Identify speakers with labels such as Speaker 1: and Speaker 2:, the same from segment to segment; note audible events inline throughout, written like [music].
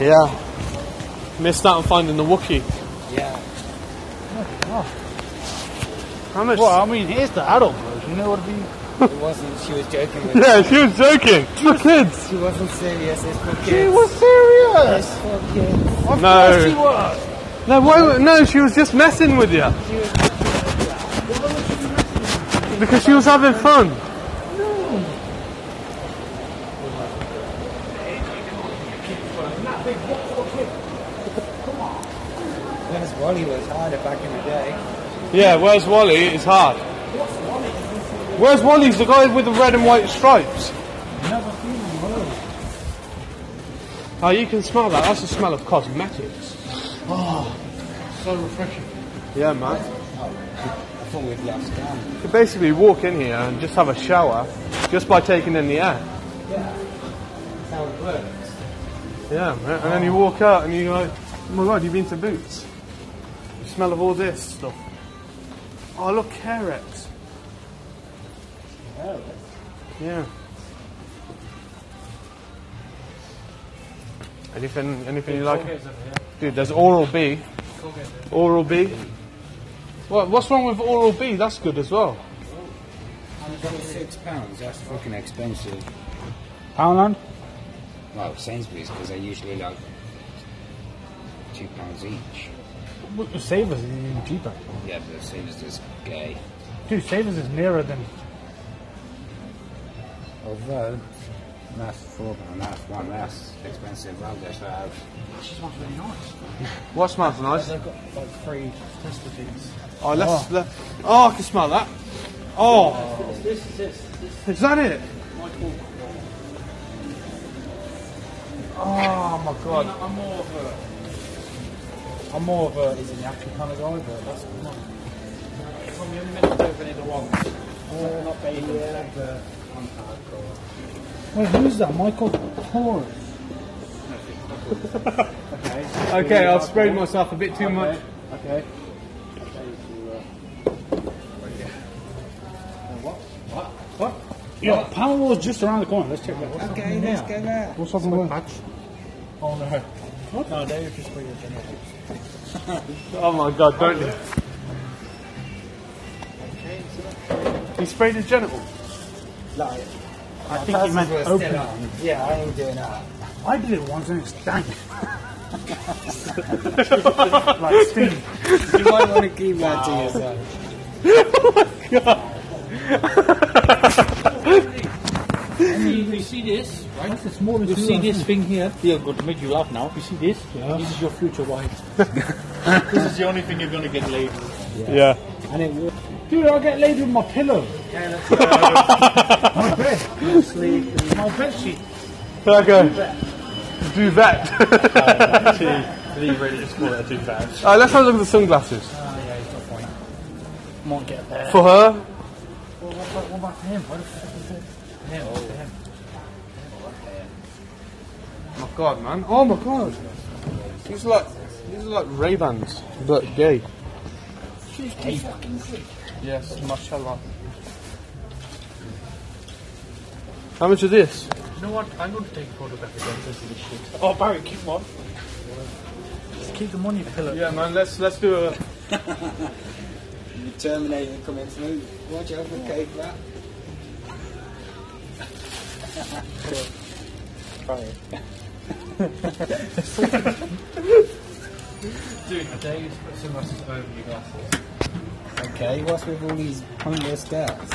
Speaker 1: Yeah.
Speaker 2: Missed out on finding the Wookiee.
Speaker 3: Yeah.
Speaker 2: How much?
Speaker 1: Well, I mean, here's the adult version. It would be.
Speaker 3: It wasn't. She was joking
Speaker 2: [laughs]
Speaker 3: with
Speaker 2: Yeah, she was joking. [laughs] It's for kids.
Speaker 3: She wasn't serious. It's for kids.
Speaker 1: serious.
Speaker 3: It's for kids.
Speaker 1: Of
Speaker 2: No.
Speaker 1: course she was.
Speaker 2: No, why, no, she was just messing with you. Because she was having fun.
Speaker 3: Whereas Wally was harder back in the day.
Speaker 2: Yeah, where's Wally? It's hard. Where's Wally's the guy with the red and white stripes?
Speaker 3: Another feeling, Wally.
Speaker 2: Oh, you can smell that. That's the smell of cosmetics. Ah.
Speaker 1: So refreshing.
Speaker 2: Yeah, man.
Speaker 3: I thought we'd lost
Speaker 2: You
Speaker 3: down.
Speaker 2: could basically walk in here and just have a shower just by taking in the air.
Speaker 3: Yeah. That's how it works.
Speaker 2: Yeah, man. And then you walk out and you're like, oh my god, you've been to Boots. The smell of all this stuff. Oh, look, carrots.
Speaker 3: Oh.
Speaker 2: Yeah. Anything, anything you like? Dude, there's Oral B. Oral B. What, what's wrong with Oral B? That's good as well.
Speaker 3: Six pounds. That's fucking expensive.
Speaker 1: Poundland?
Speaker 3: Well, Sainsbury's because they're usually like two pounds each.
Speaker 1: Savers is even cheaper.
Speaker 3: Yeah, but as soon as it's gay.
Speaker 1: Dude, Savers is nearer than.
Speaker 3: Although that's four pound, that's one less expensive. I'll just have.
Speaker 1: She smells really nice.
Speaker 2: What smells nice?
Speaker 3: I've got like three testicles.
Speaker 2: Oh, let's. let- oh, I can smell that. Oh,
Speaker 3: This is this.
Speaker 2: is that it?
Speaker 1: Oh my god.
Speaker 3: I'm more of a. I'm more of a is it natural kind of guy, but that's not. From your minute over the ones.
Speaker 1: Uh,
Speaker 3: Oh, not baby, yeah, but I'm hardcore.
Speaker 1: Wait, who's that? Michael Torres.
Speaker 3: Okay.
Speaker 2: Okay, I've sprayed myself a bit too much.
Speaker 3: Okay.
Speaker 1: What? Yeah, Pound Wall's just around the corner. Let's check that. What's
Speaker 3: Okay, let's go there.
Speaker 1: What's up with that? Oh no. What? No, they were just for your genetics.
Speaker 2: Oh my god, don't you? He sprayed his genitals.
Speaker 3: Like,
Speaker 1: I think he meant open.
Speaker 3: Yeah, I ain't doing that.
Speaker 1: I did it once and it stank. like Steve.
Speaker 3: You might want to keep that to yourself.
Speaker 4: You see this?
Speaker 1: That's the smallest
Speaker 4: You see this thing here? Here, I'm going to make you laugh now. You see this? This is your future
Speaker 1: [laughs]
Speaker 4: wife. this is the only thing you're going to get laid.
Speaker 2: Yeah.
Speaker 3: And it will
Speaker 1: Dude, I get laid with my pillow. [laughs] my bed.
Speaker 3: sleep.
Speaker 1: My bed sheet.
Speaker 2: Okay.
Speaker 1: [laughs]
Speaker 2: Duvet.
Speaker 1: Uh,
Speaker 2: Alright, Uh, let's have a look at the sunglasses.
Speaker 4: Come on, get there.
Speaker 2: For her,
Speaker 1: Well, what about, what about him? What the fuck is it? Him, him.
Speaker 2: my god, man. Oh my god. These are like these are like Ray Bans, but gay. Yes, mashallah. How much is this?
Speaker 4: You know what? I'm going to take a photograph against this little shit. Oh, Barry, keep one.
Speaker 1: Just keep the money pillow.
Speaker 2: Yeah, man. Let's let's do a.
Speaker 3: The Terminator coming through. Watch out for cake that.
Speaker 4: Dude, today is sunglasses over your glasses.
Speaker 3: Okay, what's with all these pointless doubts?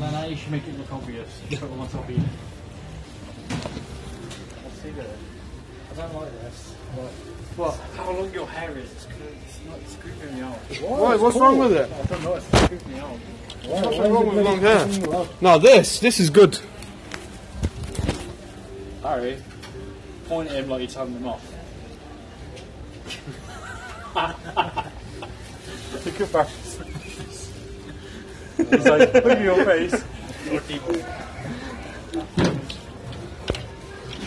Speaker 4: No, no, you should make it look obvious. Put it on my top of you.
Speaker 3: I don't like this.
Speaker 2: What?
Speaker 4: How long your hair is? It's, it's not it's creeping me out.
Speaker 2: Why? What's wrong with it?
Speaker 4: I don't know. It's creeping me out.
Speaker 2: What's wrong with long hair? No, this this is good.
Speaker 4: Barry, point at him like you're telling him off. [laughs] Look at Barry's He's like, look at your face. [laughs] Look evil. You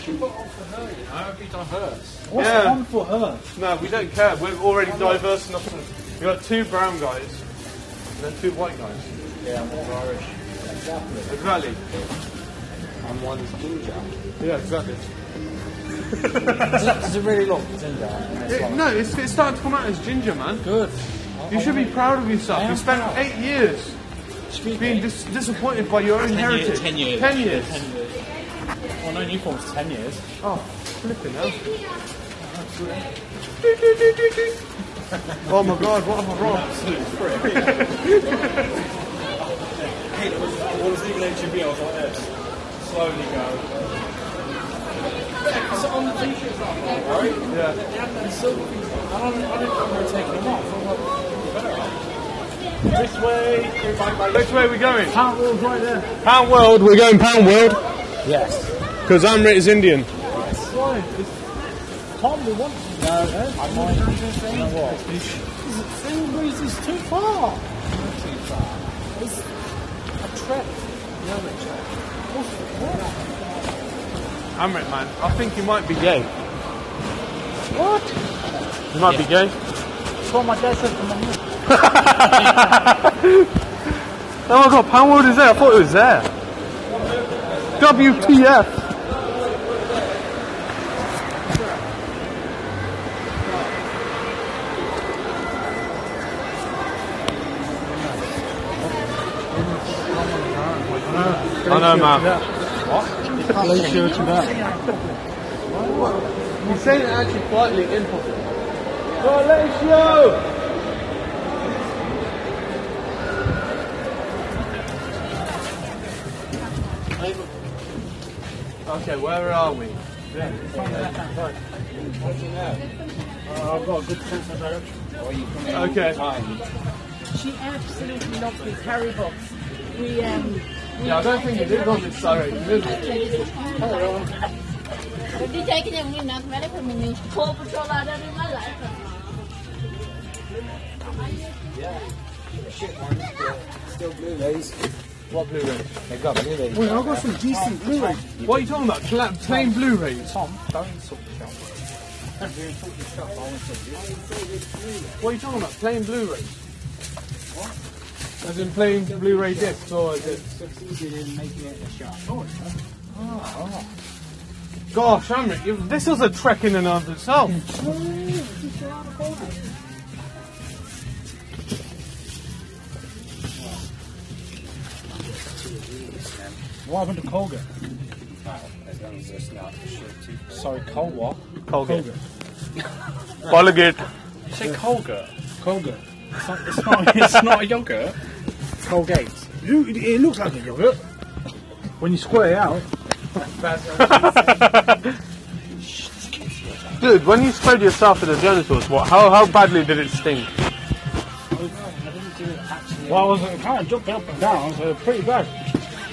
Speaker 4: should put on for her, you know, every time hers.
Speaker 1: What's
Speaker 2: Yeah.
Speaker 1: on for her?
Speaker 2: No, we don't care. We're already diverse enough. We've got two brown guys and then two white guys.
Speaker 4: Yeah, I'm all Irish.
Speaker 2: Exactly.
Speaker 3: and one is ginger.
Speaker 2: Yeah, exactly.
Speaker 3: Does it really look ginger? And it's
Speaker 2: It,
Speaker 3: like-
Speaker 2: no, it's, it's starting to come out as ginger, man.
Speaker 3: Good.
Speaker 2: You should be proud of
Speaker 3: I
Speaker 2: yourself.
Speaker 3: am
Speaker 2: You spent
Speaker 3: proud.
Speaker 2: eight years being dis- disappointed by your own
Speaker 4: years,
Speaker 2: heritage.
Speaker 4: ten years.
Speaker 2: Ten years.
Speaker 4: Ten years. Well, no new form's ten years.
Speaker 2: Oh, flipping hell. Do, do, do, do, do. oh my god, what have I wrong?
Speaker 4: Hey, what does even
Speaker 1: E
Speaker 4: HB? I was like this. Slowly go.
Speaker 3: So on the t-shirts, right? Yeah. They have them silver things. I don't, I don't remember taking them off. I'm like, you better off.
Speaker 4: This way.
Speaker 2: Which way are we going?
Speaker 1: Ah,
Speaker 3: Pound rules right there.
Speaker 2: Pound World, we're going Pound World
Speaker 3: Yes.
Speaker 2: because Amrit is Indian.
Speaker 4: Why? Tom, we want to
Speaker 3: No, I might. You know what?
Speaker 4: Sainsbury's is too far.
Speaker 3: Not too far.
Speaker 4: It's a trek.
Speaker 3: You know the track.
Speaker 4: What's what?
Speaker 2: Amrit, man, I think you might be gay.
Speaker 4: What?
Speaker 2: You might be gay.
Speaker 4: That's what my dad said from my mum.
Speaker 2: Oh my god, Pound World is there. I thought it was there. WTF. I know, man.
Speaker 1: Play shirt and that.
Speaker 2: You say that actually quietly in pocket. Colatio! Okay, where are we?
Speaker 1: I've got a good sense of direction.
Speaker 3: Or you come in
Speaker 2: Okay.
Speaker 3: all the time.
Speaker 5: She absolutely loves these Harry books. We, um, we
Speaker 2: Yeah, I don't think you did want this sorry. You did.
Speaker 6: Hindi tayo kinanginan, meron kami news. Paw Patrol out of my life.
Speaker 3: Shit, man. Yeah. Still blue lays.
Speaker 2: What Blu-ray?
Speaker 3: They've got blue lays.
Speaker 1: Wait, I've got some decent blue rays.
Speaker 2: What are you talking about? Pla- plain Blu-rays?
Speaker 3: Tom, don't insult the shop. Don't insult the shop. I'll insult you.
Speaker 2: What are you talking about? Plain Blu-rays? What? As in plain Blu-ray discs or is it?
Speaker 3: Succeeded in making it a shop.
Speaker 2: Gosh, Amrit, you- this was a trek in and of itself.
Speaker 3: What happened to Colgate? Oh, as long as it's not shit. Sorry, Col what?
Speaker 2: Colgate. [laughs] Colgate.
Speaker 4: You say Colgate?
Speaker 3: Colgate.
Speaker 4: It's not,
Speaker 3: [laughs]
Speaker 4: it's not, it's not a yogurt.
Speaker 3: Colgate.
Speaker 1: You, it, it looks like a yogurt. When you square it out,
Speaker 2: Dude, when you spread yourself in the genitals, what? How, how badly did it stink?
Speaker 1: well, I was kind of jumping up and down, so pretty bad.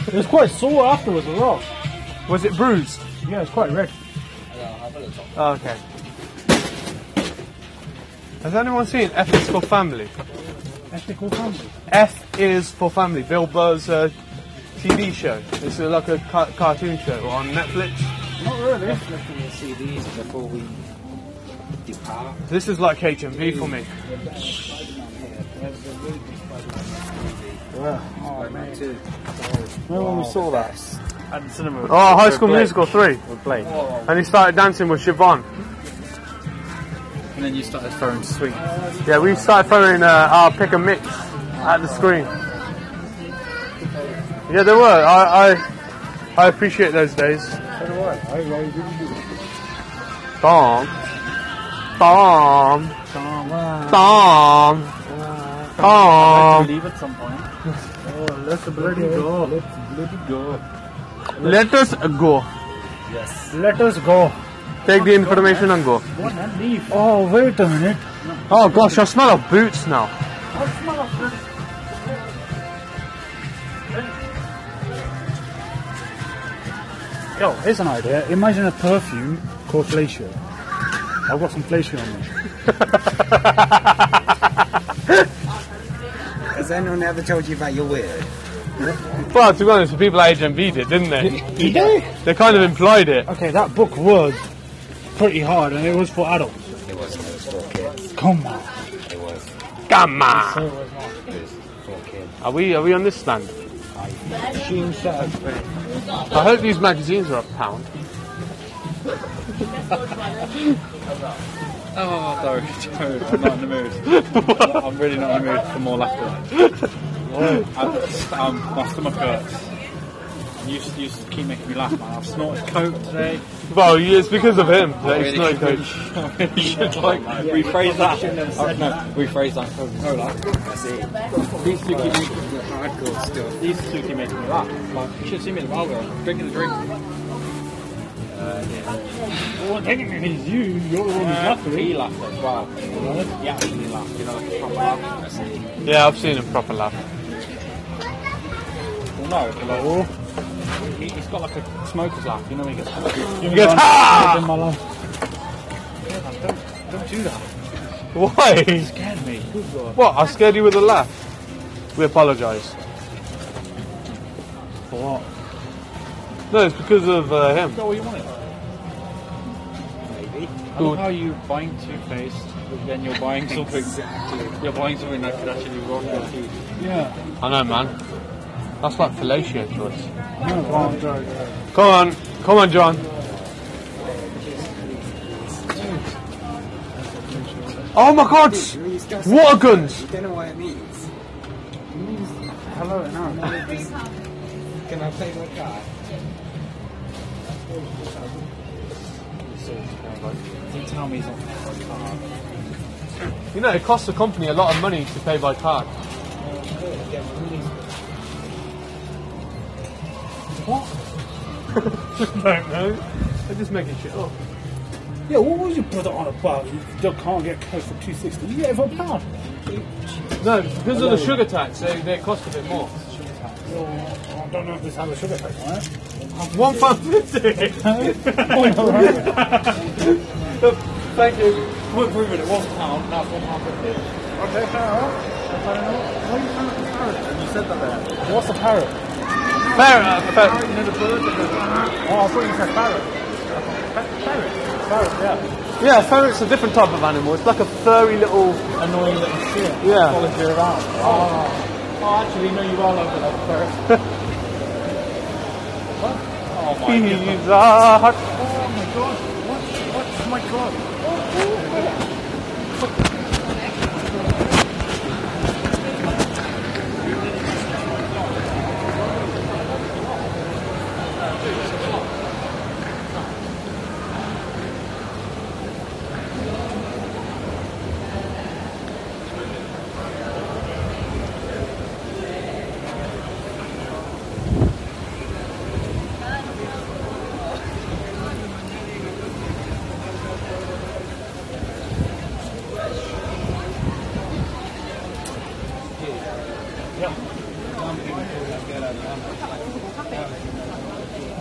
Speaker 1: It was quite sore afterwards as well.
Speaker 2: Was it bruised?
Speaker 1: Yeah, it's quite red.
Speaker 2: Oh, okay. Has anyone seen F is for Family?
Speaker 1: Ethical family.
Speaker 2: F is for Family, Bill Burr's uh, TV show. It's uh, like a ca- cartoon show on Netflix.
Speaker 1: Not really.
Speaker 3: Looking at CDs before we depart.
Speaker 2: This is like HMV for me.
Speaker 3: Spider-Man 2.
Speaker 1: No one saw that.
Speaker 4: At the cinema.
Speaker 2: Oh, High School Musical 3.
Speaker 4: With Blake.
Speaker 2: And he started dancing with Siobhan.
Speaker 4: And then you started throwing sweet.
Speaker 2: Yeah, we started throwing uh, our pick and mix at the screen. Yeah, there were. I, I, I appreciate those days.
Speaker 1: So do I. I, I
Speaker 2: Tom. Tom. Tom. Tom.
Speaker 4: Leave at some point.
Speaker 1: Oh, let the bloody go.
Speaker 2: Let us go.
Speaker 1: Let us go.
Speaker 2: Take the information and go.
Speaker 1: Oh, wait a minute.
Speaker 2: Oh gosh, I smell of boots now.
Speaker 1: Yo, here's an idea. Imagine a perfume called Glacier. I've got some Glacier on me.
Speaker 3: Has anyone ever told you about your weird?
Speaker 2: Well, to be honest, the people at HMV did, didn't they?
Speaker 1: Did they?
Speaker 2: They kind of implied it.
Speaker 1: Okay, that book was pretty hard and it was for adults.
Speaker 3: It wasn't. It was for kids.
Speaker 1: Come on.
Speaker 3: It was.
Speaker 2: Come on.
Speaker 3: It was for kids.
Speaker 2: Are we? Are we on this stand?
Speaker 3: I
Speaker 4: Machine shop.
Speaker 2: I hope these magazines are a pound.
Speaker 4: Oh, sorry, [laughs] Jared, I'm not in the mood. I'm really not in the mood for more laughter. I'm, um, my stomach hurts. You just, you just keep making me laugh, man. I've snorted coke today.
Speaker 2: Well, yeah, it's because of him that he's
Speaker 4: really
Speaker 2: not
Speaker 4: should- [laughs]
Speaker 2: coach.
Speaker 4: I really should like rephrase that. Oh, no, rephrase that. No, like, these two keep making me hardcore still. These two keep making me laugh. Like, you should see me in the wild world, drinking the drink. Oh,
Speaker 1: Well, technically, it's you. You're the one who's
Speaker 4: Uh, he laughed as well. He actually laughed, you know, like a proper laugh.
Speaker 2: Yeah, I've seen him proper laugh. [laughs]
Speaker 4: Well, no, but like, he, he's got like a smoker's laugh, you know, he gets.
Speaker 1: He
Speaker 2: goes, "Ah!"
Speaker 1: In my life.
Speaker 4: Don't, don't do that.
Speaker 2: Why?
Speaker 4: Scared me. Good God.
Speaker 2: What? I scared you with a laugh. We apologise.
Speaker 1: For what?
Speaker 2: No, it's because of uh, him.
Speaker 4: Go where you want it. Maybe. I
Speaker 2: Good.
Speaker 4: love how you're buying toothpaste, but then you're buying something. You're buying something [laughs] that could actually rot your teeth.
Speaker 1: Yeah.
Speaker 2: I know, man. That's like fellatio choice.
Speaker 1: No, go on, go, go.
Speaker 2: Come on, come on, John. Oh my God! Water guns.
Speaker 3: don't know what it means. Hello, no. Can I play my card?
Speaker 4: Don't tell me he's on that.
Speaker 2: You know, it costs the company a lot of money to pay by card. What? [laughs] Don't know. They're just making shit up.
Speaker 1: Yeah, what would you put it on a bar? You still can't get coke for 260 You get it for a pound.
Speaker 2: No, it's because of the sugar tax, they, they cost a bit more.
Speaker 1: I don't know if this has a sugar tax on it.
Speaker 2: One pound fifty. Thank you.
Speaker 4: We're proving it was a pound, now it's one pound fifty. You said that there.
Speaker 1: What's a parrot?
Speaker 2: Fair, uh, fair.
Speaker 4: You know the bird that
Speaker 1: Oh, I thought you said parrot. Parrot, yeah.
Speaker 2: Yeah, a ferret's a different type of animal. It's like a furry little.
Speaker 4: goes annoying little shit.
Speaker 2: Yeah.
Speaker 4: Follows you around.
Speaker 1: Ah.
Speaker 4: Oh. oh, actually, no, you are over that
Speaker 2: [laughs]
Speaker 4: first. Oh my god.
Speaker 2: He's uh, a hot
Speaker 1: Oh my god.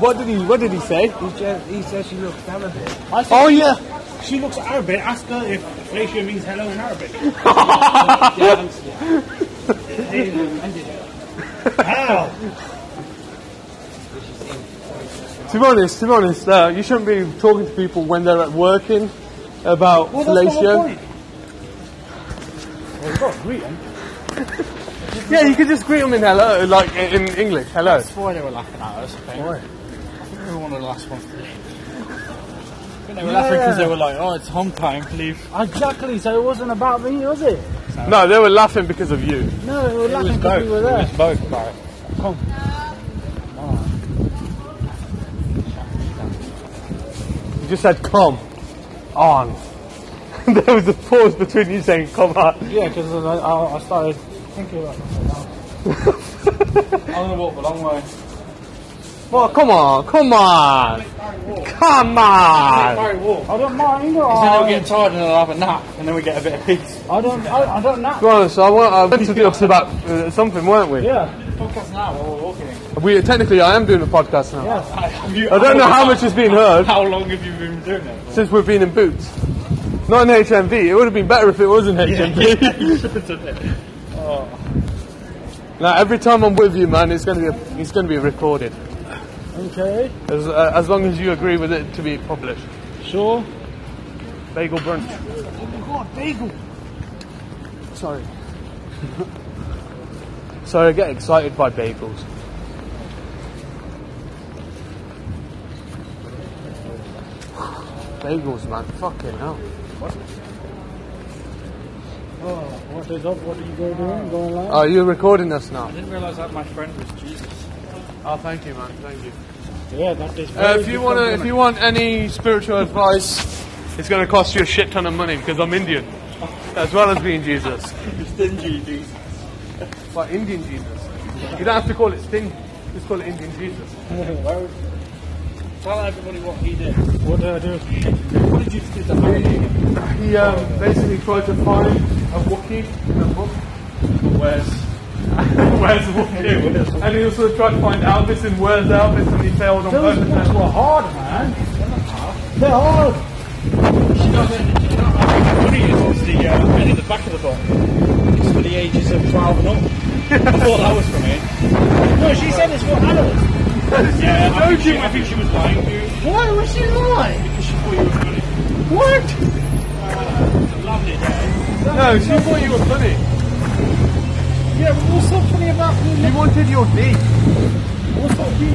Speaker 2: What did he What did he say?
Speaker 3: He, just, he said she looked talented.
Speaker 1: I said,
Speaker 2: Oh yeah.
Speaker 1: She looks Arabic. Ask her if fellatio means hello in Arabic. How?
Speaker 2: To be honest, to be honest, uh, you shouldn't be talking to people when they're at working about
Speaker 1: Well, that's the whole
Speaker 2: fellatio.
Speaker 1: point. Well, you've got eh? to greet 'em.
Speaker 2: [laughs] Yeah, you could just greet them in hello, like in in English, hello.
Speaker 4: That's why they were laughing at us. I think. I think we were one of the last ones to leave. I think they were laughing because they were like, oh, it's home time, leave.
Speaker 3: Exactly, so it wasn't about me, was it?
Speaker 2: No, they were laughing because of you.
Speaker 3: No, we were
Speaker 4: It was
Speaker 3: laughing
Speaker 4: both.
Speaker 3: because we were there.
Speaker 4: It was both, Barry.
Speaker 2: You just said come on. [laughs] there was a pause between you saying come on.
Speaker 3: Yeah, because I, I, I started thinking about
Speaker 4: I'm going to walk the long way.
Speaker 2: Well, come on, come on, come on.
Speaker 4: Barry, walk.
Speaker 3: I don't mind.
Speaker 4: Then
Speaker 3: I,
Speaker 1: Oh.
Speaker 4: I'll get tired and I'll have a nap, and then we get a bit of peace. [laughs]
Speaker 3: I don't. I, I don't know.
Speaker 2: To be honest, I went, I went to do us about uh, something, weren't we?
Speaker 3: Yeah.
Speaker 4: Podcast now while we're walking.
Speaker 2: We technically, I am doing a podcast now.
Speaker 4: Have you-
Speaker 2: I don't know how much is being heard
Speaker 4: How long have you been doing it?
Speaker 2: since we've been in boots. Not in HMV. It would have been better if it was in HMV. [laughs] Oh. Now every time I'm with you, man, it's gonna be a, it's gonna be recorded.
Speaker 3: Okay.
Speaker 2: As uh, as long as you agree with it to be published.
Speaker 3: Sure.
Speaker 2: Bagel brunch. Oh my god, bagel! Sorry. Sorry, I get excited by bagels. bagels, man. Fucking hell.
Speaker 1: Oh, What is up? What are you going doing? Going live?
Speaker 2: Oh, you're recording us now.
Speaker 4: didn't realise that my friend was Jesus.
Speaker 2: Oh, thank you, man. Thank you.
Speaker 1: Yeah, that is.
Speaker 2: Uh, if you want to, if you want any spiritual advice, it's going to cost you a shit ton of money because I'm Indian, as well as being Jesus.
Speaker 4: Stingy Jesus.
Speaker 2: But Indian Jesus. You don't have to call it stingy. Just call it Indian
Speaker 4: [laughs]
Speaker 2: Jesus.
Speaker 4: Tell everybody what he did.
Speaker 1: What did I do?
Speaker 4: What did you do to Harry?
Speaker 2: He um, basically tried to find a Wookiee in a book. Where's [laughs] Where's Wookiee? and he also tried to find Elvis and where's Elvis and he failed on both of [laughs] them.
Speaker 1: were hard, man. They're hard.
Speaker 4: She doesn't. She not having money is obviously uh, been in the back of the box. It's for the ages of 12 and
Speaker 3: [laughs]
Speaker 4: up. I thought that was for me.
Speaker 3: No, she said it's for adults.
Speaker 4: Yeah, I think, she, I think she was lying to you
Speaker 3: Why was she lying?
Speaker 4: because she thought you were funny.
Speaker 3: What?
Speaker 4: Lovely day.
Speaker 2: No, she thought you were funny.
Speaker 3: Yeah, but what's so funny about me?
Speaker 2: He wanted your knee.
Speaker 3: What's up with you?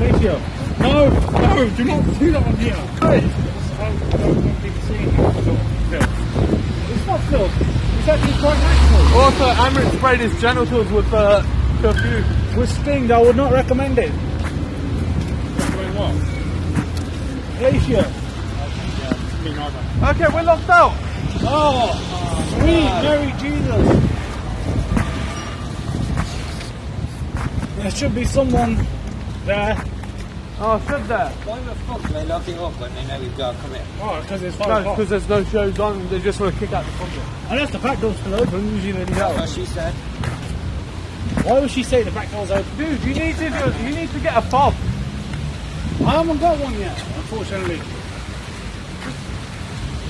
Speaker 3: Ratio. No, no, do not do that on here. Hey. It's not filled. It's actually quite natural.
Speaker 2: Also, Amrit sprayed his genitals with uh, perfume.
Speaker 1: With Sting, I would not recommend it.
Speaker 3: Glacier.
Speaker 2: Okay, we're locked out.
Speaker 3: Oh, sweet Mary Jesus. There should be someone there.
Speaker 2: Oh, I said that.
Speaker 7: Why the fuck are they locking up when they know we've got to come in?
Speaker 3: Oh, because it's
Speaker 2: No,
Speaker 3: five o'clock.
Speaker 2: because there's no shows on. They just want to kick out the public.
Speaker 3: Unless the back door's still open, usually they
Speaker 7: That's
Speaker 3: do
Speaker 7: what she said.
Speaker 3: Why would she say the back door's open?
Speaker 2: Dude, you need to do, you need to get a fob.
Speaker 3: I haven't got one yet, unfortunately.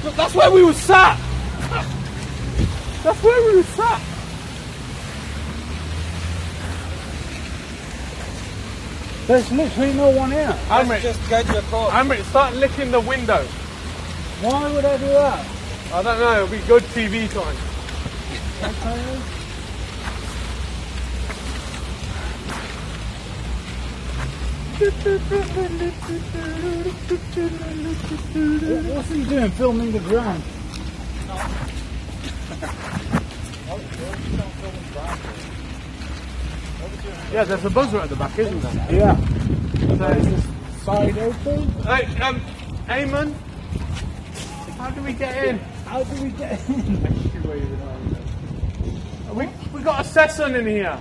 Speaker 2: Look, that's where we were
Speaker 3: [laughs]
Speaker 2: sat. That's where we were sat.
Speaker 3: There's literally no one here.
Speaker 7: Let's
Speaker 2: Amrit,
Speaker 7: just go to the court.
Speaker 2: Amrit, start licking the window.
Speaker 3: Why would I do that?
Speaker 2: I don't know. It'll be good TV time.
Speaker 3: What- What's he doing filming the ground?
Speaker 2: Yeah, there's a buzzer at the back, isn't there?
Speaker 3: Yeah.
Speaker 2: So,
Speaker 3: Side open?
Speaker 2: hey, um, Eamon, how do we get in?
Speaker 3: How do we get in?
Speaker 2: We we got a sesson in
Speaker 3: [laughs]
Speaker 2: here.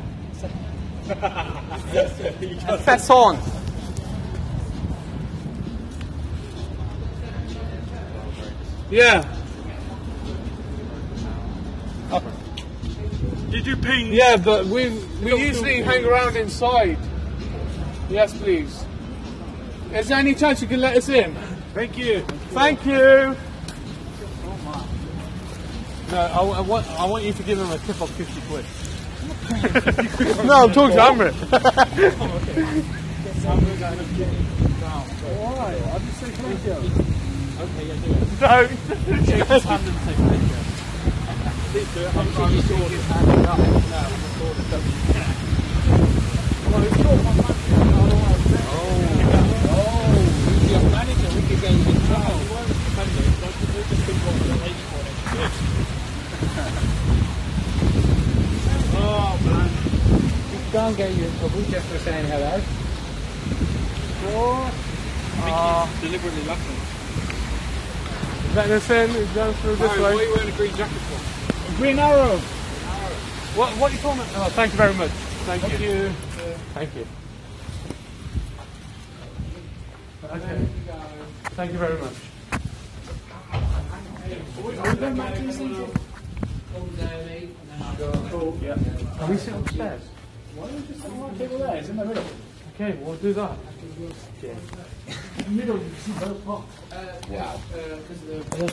Speaker 2: a sesson. Yeah.
Speaker 4: Did you ping?
Speaker 2: Yeah, but we we usually hang around inside. Yes, please. Is there any chance you can let us in? Thank you. Thank you. No, I, I want I want you to give him a tip of fifty quid. [laughs] no, I'm talking to [laughs] Amrit. No.
Speaker 7: Your manager, we could get you in trouble.
Speaker 3: Don't get you in trouble just for saying hello.
Speaker 4: Deliberately laughing.
Speaker 2: Let us in. It goes through this way.
Speaker 4: Why are you wearing a green jacket for?
Speaker 3: Green arrow.
Speaker 2: What, what are you talking about? Oh, thank you very much. Thank, you. Thank you. Okay. Thank you very much. Cool, yeah. Can we sit upstairs? Okay, we'll do that.
Speaker 3: That's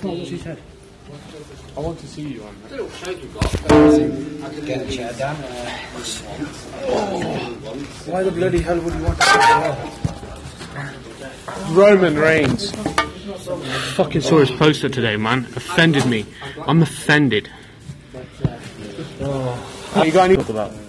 Speaker 3: not what she said.
Speaker 2: I want to see you on that.
Speaker 7: I could get a chair down.
Speaker 3: Why the bloody hell would you want
Speaker 2: Roman Reigns.
Speaker 8: fucking saw his poster today, man. Offended me. I'm offended.
Speaker 2: you got any about?